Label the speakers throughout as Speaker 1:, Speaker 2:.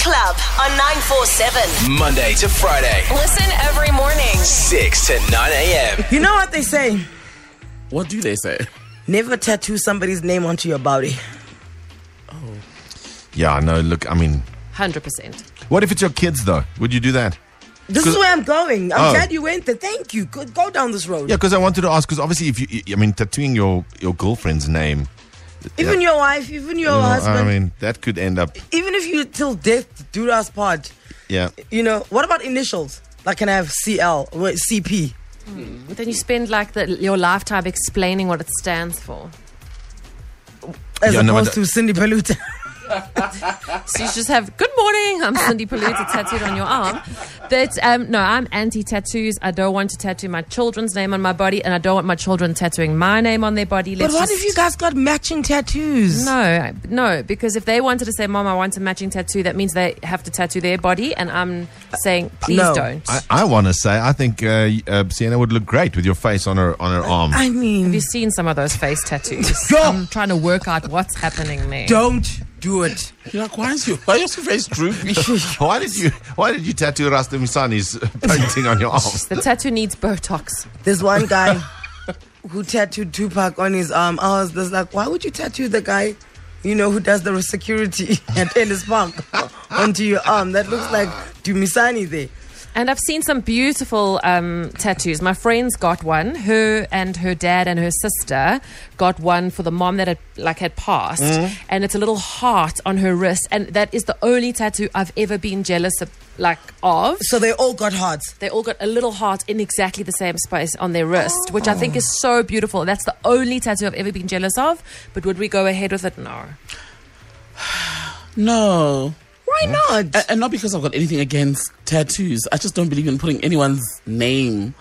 Speaker 1: Club on 947.
Speaker 2: Monday to Friday,
Speaker 1: Listen every morning.
Speaker 2: 6 to 9 a.m.
Speaker 3: You know what they say?
Speaker 4: What do they say?
Speaker 3: Never tattoo somebody's name onto your body.
Speaker 5: Yeah, no, look, I mean,
Speaker 6: 100%.
Speaker 5: what if it's your kids, though? Would you do that?
Speaker 3: This is where I'm going. I'm
Speaker 5: Oh.
Speaker 3: glad you went there. Thank you. Good, go down this road.
Speaker 5: Yeah, because I wanted to ask, because obviously, if you, I mean, tattooing your, your girlfriend's name,
Speaker 3: Even your wife, even your
Speaker 5: you know,
Speaker 3: Oh, husband,
Speaker 5: I mean, that could end up,
Speaker 3: even if you till death do us part,
Speaker 5: yeah.
Speaker 3: you know, what about initials? Like, can I have CL, wait, CP?
Speaker 6: Then you spend like the, your lifetime explaining what it stands for.
Speaker 3: As
Speaker 5: Yeah, no, but
Speaker 3: opposed
Speaker 5: that-
Speaker 3: to Cindy Peluta.
Speaker 6: So you just have good morning. I'm Cindy Paluta tattooed on your arm. That um, no, I'm anti-tattoos. I don't want to tattoo my children's name on my body, and I don't want my children tattooing my name on their body.
Speaker 3: but
Speaker 6: Let's
Speaker 3: what
Speaker 6: just-
Speaker 3: if you guys got matching tattoos?
Speaker 6: No, I- no, because if they wanted to say, "Mom, I want a matching tattoo," that means they have to tattoo their body, and I'm saying, "Please
Speaker 3: no.
Speaker 6: don't."
Speaker 5: I, I want to say, I think uh, uh, Sienna would look great with your face on her on her arm.
Speaker 3: I mean,
Speaker 6: Have you seen some of those face tattoos?
Speaker 3: Yo.
Speaker 6: I'm trying to work out what's happening there.
Speaker 3: don't do it.
Speaker 4: You're like, why is your why is your face droopy?
Speaker 5: why did you Why did you tattoo Rasta Misani's painting on your arm?
Speaker 6: The tattoo needs Botox.
Speaker 3: There's one guy who tattooed Tupac on his arm. I was just like, why would you tattoo the guy, you know, who does the security at Ellis Park onto your arm? That looks like Dumisani there.
Speaker 6: And I've seen some beautiful um, tattoos. My friends got one. Her and her dad and her sister got one for the mom that had like had passed, and it's a little heart on her wrist, and that is the only tattoo I've ever been jealous of, like of.
Speaker 3: So they all got hearts.
Speaker 6: They all got a little heart in exactly the same space on their wrist, which I think is so beautiful. That's the only tattoo I've ever been jealous of. But would we go ahead with it? No.
Speaker 4: No.
Speaker 3: Why not?
Speaker 4: A- And not because I've got anything against tattoos. I just don't believe in putting anyone's name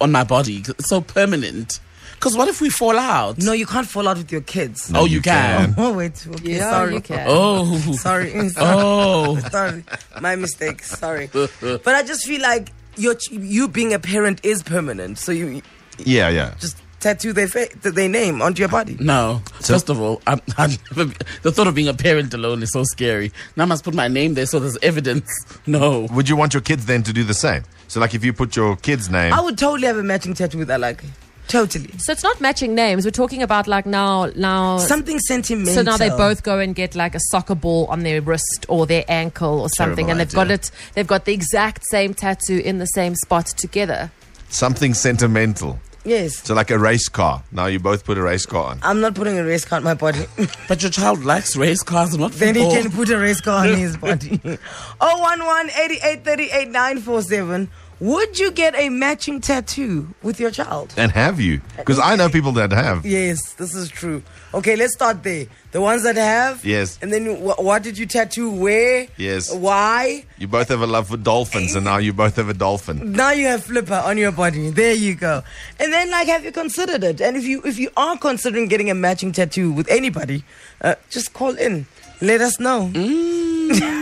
Speaker 4: on my body. 'cause It's so permanent. Because what if we fall out?
Speaker 3: no, you can't fall out with your kids.
Speaker 4: Oh, you can.
Speaker 3: Oh, wait. Okay,
Speaker 6: Yeah,
Speaker 3: sorry.
Speaker 6: you can.
Speaker 4: Oh.
Speaker 3: Sorry.
Speaker 4: Oh.
Speaker 3: sorry. My mistake. Sorry. But I just feel like your ch- you being a parent is permanent. So you
Speaker 5: Yeah, yeah.
Speaker 3: just tattoo their, fa- their name onto your body.
Speaker 4: No. First of all, I'm, I've never, the thought of being a parent alone is so scary. Now I must put my name there so there's evidence. No.
Speaker 5: Would you want your kids then to do the same? So, like, if you put your kid's name,
Speaker 3: I would totally have a matching tattoo with Alaka. Totally.
Speaker 6: So it's not matching names. We're talking about like now, now.
Speaker 3: Something sentimental.
Speaker 6: so now they both go and get like a soccer ball on their wrist or their ankle or something,
Speaker 5: Terrible
Speaker 6: and they've got
Speaker 5: idea.
Speaker 6: it. They've got the exact same tattoo in the same spot together.
Speaker 5: something sentimental.
Speaker 3: Yes.
Speaker 5: So, like a race car. Now you both put a race car on.
Speaker 3: I'm not putting a race car on my body.
Speaker 4: But your child likes race cars and not
Speaker 3: then he
Speaker 4: football.
Speaker 6: Oh.
Speaker 3: can put a race car on his body. 011 Would you get a matching tattoo with your child?
Speaker 5: And have you? Because I know people that have.
Speaker 3: Yes, this is true. Okay, let's start there. The ones that have.
Speaker 5: Yes.
Speaker 3: And then wh- what did you tattoo? Where?
Speaker 5: Yes.
Speaker 3: Why?
Speaker 5: You both have a love for dolphins, and now you both have a dolphin.
Speaker 3: Now you have flipper on your body. There you go. And then like have you considered it? And if you if you are considering getting a matching tattoo with anybody, uh, just call in. Let us know.
Speaker 4: Hmm?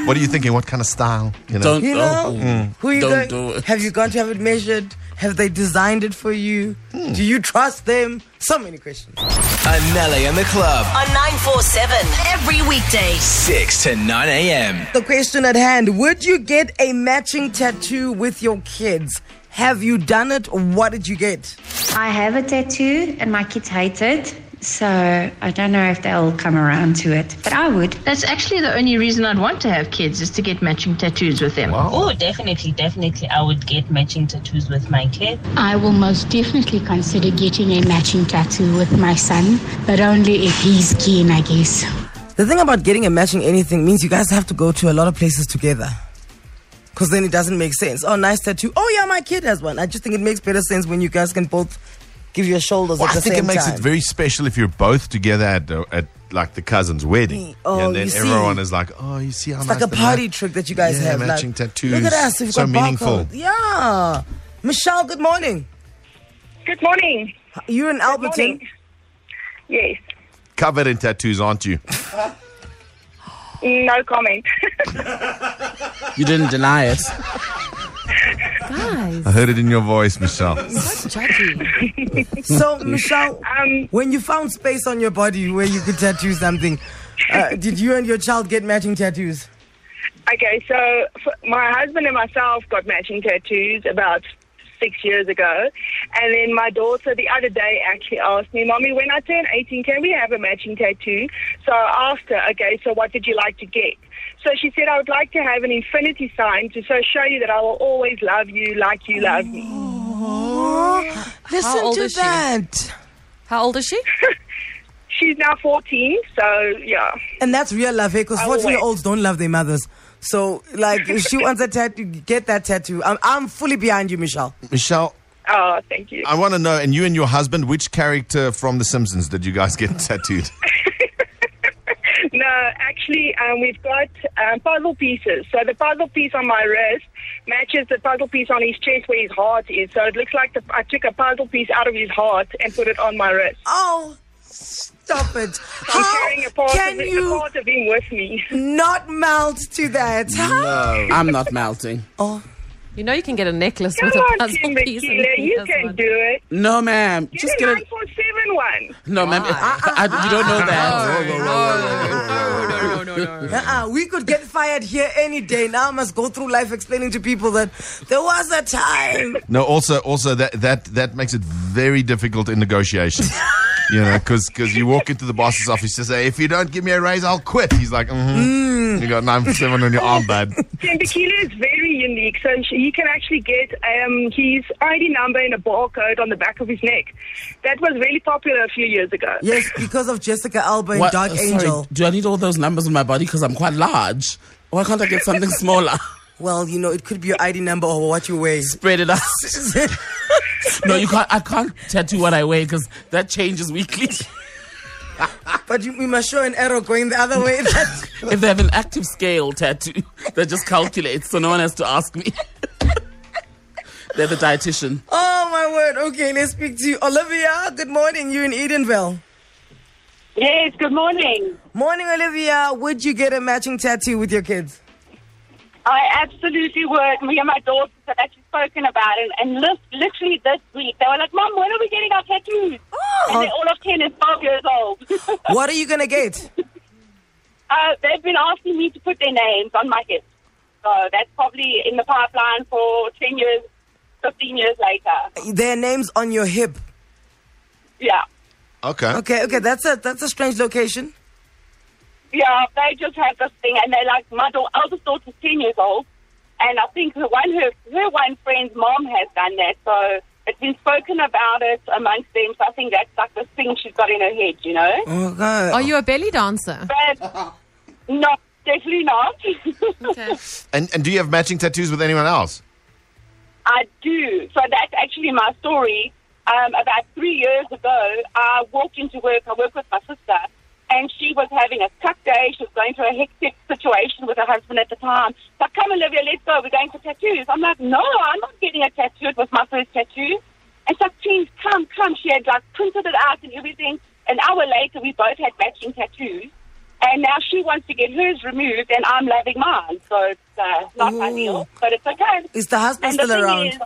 Speaker 5: What are you thinking? What kind of style? You know?
Speaker 4: Don't
Speaker 3: You know
Speaker 4: Mm.
Speaker 3: who you
Speaker 4: Oh. Hmm. Don't
Speaker 3: going?
Speaker 4: do it.
Speaker 3: Have you gone to have it measured? Have they designed it for you?
Speaker 4: Hmm.
Speaker 3: Do you trust them? So many questions.
Speaker 2: Anele and the Club,
Speaker 1: On 947. Every weekday.
Speaker 2: 6 to 9 a.m.
Speaker 3: The question at hand: Would you get a matching tattoo with your kids? Have you done it? What did you get?
Speaker 7: I have a tattoo and my kids hate it. So I don't know if they'll come around to it, but I would.
Speaker 8: That's actually the only reason I'd want to have kids is to get matching tattoos with them.
Speaker 9: Oh, definitely, definitely. I would get matching tattoos with my kid.
Speaker 10: I will most definitely consider getting a matching tattoo with my son, but only if he's keen, I guess.
Speaker 3: The thing about getting and matching anything means you guys have to go to a lot of places together. Because then it doesn't make sense. Oh, nice tattoo. Oh, yeah, my kid has one. I just think it makes better sense when you guys can both give your shoulders
Speaker 5: Well,
Speaker 3: at
Speaker 5: I
Speaker 3: the
Speaker 5: think
Speaker 3: same
Speaker 5: it makes
Speaker 3: time.
Speaker 5: it very special if you're both together at, uh, at like the cousin's wedding,
Speaker 3: Oh,
Speaker 5: and then
Speaker 3: you
Speaker 5: everyone
Speaker 3: see.
Speaker 5: is like, "Oh, you see how
Speaker 3: it's
Speaker 5: nice
Speaker 3: like a
Speaker 5: the
Speaker 3: party
Speaker 5: mat-
Speaker 3: trick that you guys
Speaker 5: yeah,
Speaker 3: have. like,
Speaker 5: matching tattoos,
Speaker 3: Look at us. We've
Speaker 5: so
Speaker 3: got barcode.
Speaker 5: meaningful."
Speaker 3: Yeah. Michelle, good morning.
Speaker 9: Good morning.
Speaker 3: You're in Alberton.
Speaker 9: morning. Yes.
Speaker 5: Covered in tattoos, aren't you?
Speaker 9: No comment.
Speaker 4: You didn't deny it.
Speaker 6: Guys,
Speaker 5: I heard it in your voice, Michelle.
Speaker 6: judgy.
Speaker 3: So, Michelle,
Speaker 9: Um,
Speaker 3: when you found space on your body where you could tattoo something, uh, did you and your child get matching tattoos?
Speaker 11: Okay, so f- my husband and myself got matching tattoos about six years ago. And then my daughter the other day actually asked me, Mommy, when I turn 18, can we have a matching tattoo? So I asked her, Okay, so what did you like to get? So she said, I would like to have an infinity sign to so show you that I will always love you like you love me.
Speaker 3: Listen
Speaker 6: old
Speaker 3: to
Speaker 6: is she?
Speaker 3: that.
Speaker 6: How old is she?
Speaker 11: She's now 14, so yeah.
Speaker 3: And that's real love, because
Speaker 11: I will
Speaker 3: 14 year olds don't love their mothers. So, like, if she wants a tattoo, get that tattoo. I'm, I'm fully behind you, Michelle.
Speaker 5: Michelle,
Speaker 11: Oh, thank you.
Speaker 5: I want to know, and you and your husband, which character from The Simpsons did you guys get tattooed?
Speaker 11: No, actually, um, we've got um, puzzle pieces. So the puzzle piece on my wrist matches the puzzle piece on his chest where his heart is. So it looks like the, I took a puzzle piece out of his heart and put it on my wrist.
Speaker 3: Oh, stop it.
Speaker 11: I'm
Speaker 3: How
Speaker 11: carrying a part,
Speaker 3: can
Speaker 11: of it,
Speaker 3: you-
Speaker 11: a part of him with me.
Speaker 3: Not melt to that.
Speaker 4: No. I'm not melting.
Speaker 3: Oh.
Speaker 6: You know you can get a necklace
Speaker 11: Come
Speaker 6: with a
Speaker 11: on,
Speaker 6: puzzle
Speaker 11: Kimber
Speaker 6: piece. and
Speaker 11: Keeler,
Speaker 6: he
Speaker 11: you
Speaker 6: does
Speaker 11: can
Speaker 6: one.
Speaker 11: do it.
Speaker 4: No, ma'am.
Speaker 11: Get
Speaker 4: Just
Speaker 11: a
Speaker 4: get it.
Speaker 11: 947 one.
Speaker 4: No, ma'am. I, I- you don't know that.
Speaker 3: Uh-uh, we could get fired here any day. Now I must go through life explaining to people that there was a time.
Speaker 5: no, also, also that that that makes it very difficult in negotiation. You know, because you walk into the boss's office, you say, "If you don't give me a raise, I'll quit." He's like, mm-hmm.
Speaker 3: Mm.
Speaker 5: "You got nine seven on your arm, bud."
Speaker 11: Kimber Keeler is very unique. So sh- he can actually get um, his ID number and a barcode on the back of his neck. That was really popular a few years ago.
Speaker 3: Yes, because of Jessica Alba and
Speaker 4: What-
Speaker 3: Dark
Speaker 4: sorry,
Speaker 3: Angel.
Speaker 4: do I need all those numbers on my body because I'm quite large? Why can't I get something smaller?
Speaker 3: Well, you know, it could be your ID number or what you weigh.
Speaker 4: Spread it out. no, you can't. I can't tattoo what I wear because that changes weekly.
Speaker 3: but you, we must show an arrow going the other way. That's-
Speaker 4: if they have an active scale tattoo that just calculates, so no one has to ask me. They're the dietitian.
Speaker 3: oh, my word. Okay, let's speak to you. Olivia, good morning. You in Edenville.
Speaker 12: Yes, good morning.
Speaker 3: Morning, Olivia. Would you get a matching tattoo with your kids?
Speaker 12: I absolutely would. Me and my daughters have actually spoken about it. And lis- literally this week, they were like, Mom, when are we getting our tattoos? And they're all of 10 and 12 years old.
Speaker 3: Oh. What are you going to get?
Speaker 12: uh, they've been asking me to put their names on my hips. So that's probably in the pipeline for 10 years, 15 years later.
Speaker 3: Their names on your hip.
Speaker 12: Yeah.
Speaker 5: Okay.
Speaker 3: Okay, okay. That's a that's a strange location.
Speaker 12: Yeah, they just have this thing, and they like my daughter, eldest daughter's ten years old, and I think her one her her one friend's mom has done that, so it's been spoken about it amongst them. So I think that's like the thing she's got in her head, you know.
Speaker 3: Okay.
Speaker 6: Are you a belly dancer?
Speaker 12: But no, definitely not.
Speaker 6: Okay.
Speaker 5: And and do you have matching tattoos with anyone else?
Speaker 12: I do. So that's actually my story. Um, about three years ago, I walked into work. I work with my sister, and she was having a tough day. She was going through a hectic situation with her husband at the time. So, come, Olivia, let's go. We're going for tattoos. I'm like, no, I'm not getting a tattoo. It was my first tattoo. And so, please come, come. She had like printed it out and everything. An hour later, we both had matching tattoos. And now she wants to get hers removed, and I'm loving mine. So it's uh, not ideal, but it's okay.
Speaker 3: Is the husband
Speaker 12: And the
Speaker 3: still
Speaker 12: thing
Speaker 3: around?
Speaker 12: is-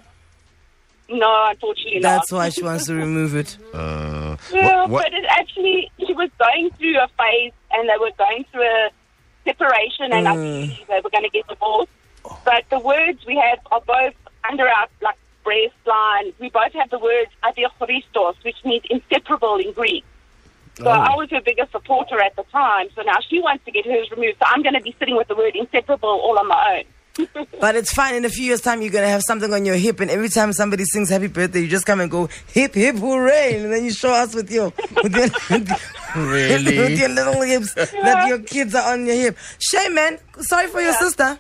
Speaker 12: no, unfortunately
Speaker 3: That's
Speaker 12: not.
Speaker 3: why she wants to remove it.
Speaker 5: Uh,
Speaker 12: Yeah,
Speaker 5: what, what,
Speaker 12: but it actually, she was going through a phase and they were going through a separation and I
Speaker 3: Mm.
Speaker 12: think they were going to get divorced. But the words we have are both under our like breastline. We both have the words adiachoristos, which means inseparable in Greek.
Speaker 5: Oh.
Speaker 12: So I was her biggest supporter at the time. So now she wants to get hers removed. So I'm going to be sitting with the word inseparable all on my own.
Speaker 3: But it's fine. In a few years' time, you're gonna have something on your hip, and every time somebody sings "Happy Birthday," you just come and go "Hip hip hooray," and then you show us with your with your, with
Speaker 4: Really?
Speaker 3: your little hips that your kids are on your hip. Shame, man. Sorry for your sister.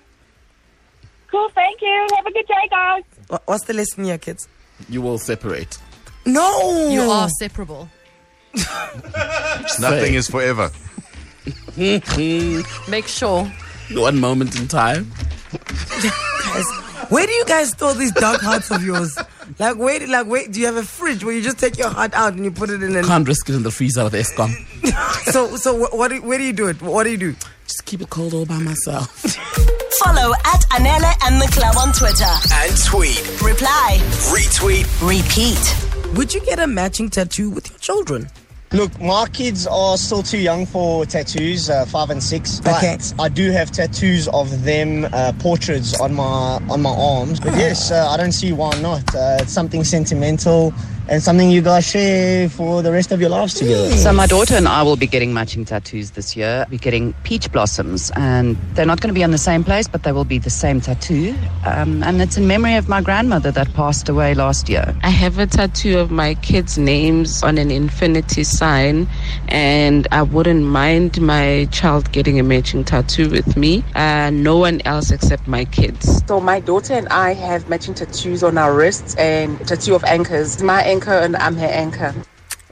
Speaker 12: cool, thank you. Have a good day, guys.
Speaker 3: Wha- What's the lesson here, kids?
Speaker 4: You will separate.
Speaker 3: No,
Speaker 6: You are separable.
Speaker 5: nothing is forever.
Speaker 6: Make sure.
Speaker 4: One moment in time.
Speaker 3: Where do you guys store these dark hearts of yours? Like, wait, like, wait. Do you have a fridge where you just take your heart out and you put it in? And
Speaker 4: Can't risk it in the freezer with Escom.
Speaker 3: so, so wh- what? Do, where do you do it? What do you do?
Speaker 4: Just keep it cold all by myself.
Speaker 1: Follow at Anela and the club on Twitter.
Speaker 2: And tweet,
Speaker 1: Reply.
Speaker 2: retweet,
Speaker 1: Repeat.
Speaker 3: Would you get a matching tattoo with your children?
Speaker 13: Look, my kids are still too young for tattoos, uh, five and six. But I do have tattoos of them uh, portraits on my on my arms. But yes, uh, I don't see why not. Uh, it's something sentimental and something you guys share for the rest of your lives together.
Speaker 14: So my daughter and I will be getting matching tattoos this year. We're getting peach blossoms, and they're not going to be on the same place, but they will be the same tattoo. Um, and it's in memory of my grandmother that passed away last year.
Speaker 6: I have a tattoo of my kids' names on an infinity sign, and I wouldn't mind my child getting a matching tattoo with me. Uh, no one else except my kids.
Speaker 7: So my daughter and I have matching tattoos on our wrists and tattoo of anchors. My anchor and I'm her anchor.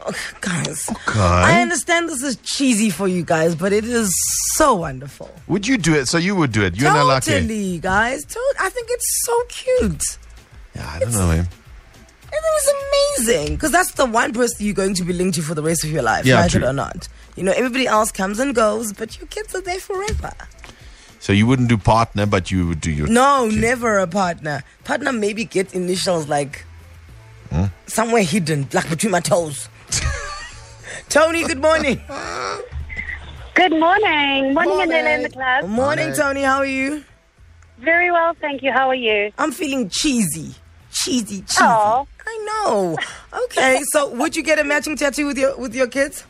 Speaker 3: Oh, guys, I understand this is cheesy for you guys, but it is so wonderful.
Speaker 5: Would you do it? So you would do it. You and I like it.
Speaker 3: totally, guys. Tot- I think it's so cute.
Speaker 5: I don't know, man.
Speaker 3: It was amazing because that's the one person you're going to be linked to for the rest of your life,
Speaker 5: Yeah,
Speaker 3: like
Speaker 5: true.
Speaker 3: it or not. You know, everybody else comes and goes, but your kids are there forever.
Speaker 5: So you wouldn't do partner, but you would do your.
Speaker 3: No, never a partner. Partner maybe gets initials like
Speaker 5: Huh?
Speaker 3: somewhere hidden, like between my toes. Tony, good morning.
Speaker 12: Good morning. Morning, Adela in the club.
Speaker 3: Morning,
Speaker 12: Morning.
Speaker 3: Tony. How are you?
Speaker 12: Very well, thank you. How are you?
Speaker 3: I'm feeling cheesy. Cheesy, cheesy.
Speaker 12: Oh.
Speaker 3: I know. Okay, so would you get a matching tattoo with your with your kids?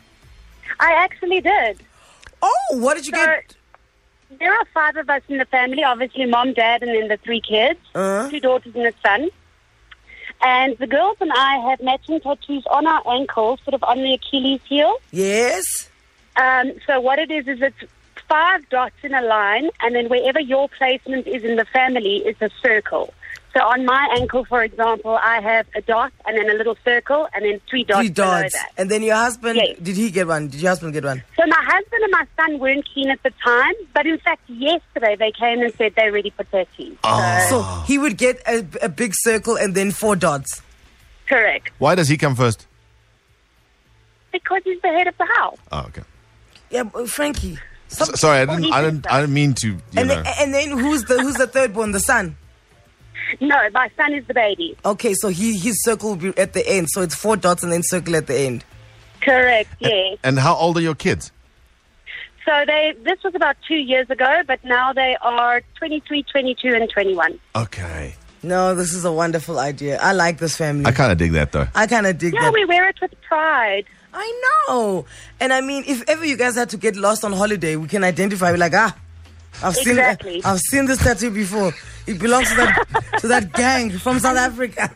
Speaker 12: I actually did.
Speaker 3: Oh, what did you get?
Speaker 12: There are five of us in the family obviously, mom, dad, and then the three kids,
Speaker 3: Uh-huh.
Speaker 12: two daughters, and a son. And the girls and I have matching tattoos on our ankles, sort of on the Achilles heel.
Speaker 3: Yes.
Speaker 12: Um, so, what it is, is it's five dots in a line, and then wherever your placement is in the family is a circle. So, on my ankle, for example, I have a dot and then a little circle, and then three dots
Speaker 3: Three
Speaker 12: below
Speaker 3: dots.
Speaker 12: that.
Speaker 3: And then your husband, did he get one? Did your husband get one?
Speaker 12: So my husband and my son weren't keen at the time, but in fact, yesterday they came and said they're ready for tattoos.
Speaker 3: Ah. So he would get a, a big circle and then four dots.
Speaker 12: Correct,
Speaker 5: Why does he come first?
Speaker 12: because he's the head of the house.
Speaker 5: Oh, okay.
Speaker 3: Yeah, but Frankie.
Speaker 5: S- sorry, I didn't. I didn't. I didn't mean to. You
Speaker 3: And
Speaker 5: know.
Speaker 3: then, and then who's the who's the third born? The son.
Speaker 12: No, my son is the baby.
Speaker 3: Okay, so he his circle will be at the end. So it's four dots and then circle at the end.
Speaker 12: Correct, yes.
Speaker 5: and how old are your kids?
Speaker 12: So they this was about two years ago, but now they are 23, 22, and 21.
Speaker 5: Okay.
Speaker 3: No, this is a wonderful idea. I like this family.
Speaker 5: I kind of dig that though.
Speaker 3: I kind of dig
Speaker 12: Yeah,
Speaker 3: that.
Speaker 12: we wear it with pride.
Speaker 3: I know. And I mean, if ever you guys had to get lost on holiday, we can identify. We're like, ah, I've seen
Speaker 12: Exactly.
Speaker 3: I've seen this tattoo before. It belongs to that to that gang from South Africa.